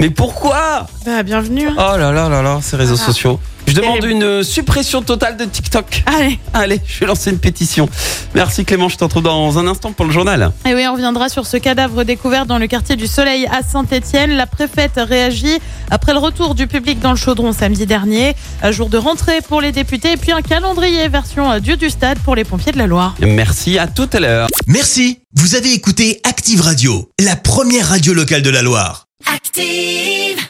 Mais pourquoi Bah, bienvenue. hein. Oh là là là là, ces réseaux Voilà. sociaux. Je demande Terrible. une suppression totale de TikTok. Allez, Allez, je vais lancer une pétition. Merci Clément, je te retrouve dans un instant pour le journal. et oui, on reviendra sur ce cadavre découvert dans le quartier du Soleil à Saint-Étienne. La préfète réagit après le retour du public dans le chaudron samedi dernier, un jour de rentrée pour les députés et puis un calendrier version euh, Dieu du stade pour les pompiers de la Loire. Merci, à tout à l'heure. Merci, vous avez écouté Active Radio, la première radio locale de la Loire. Active.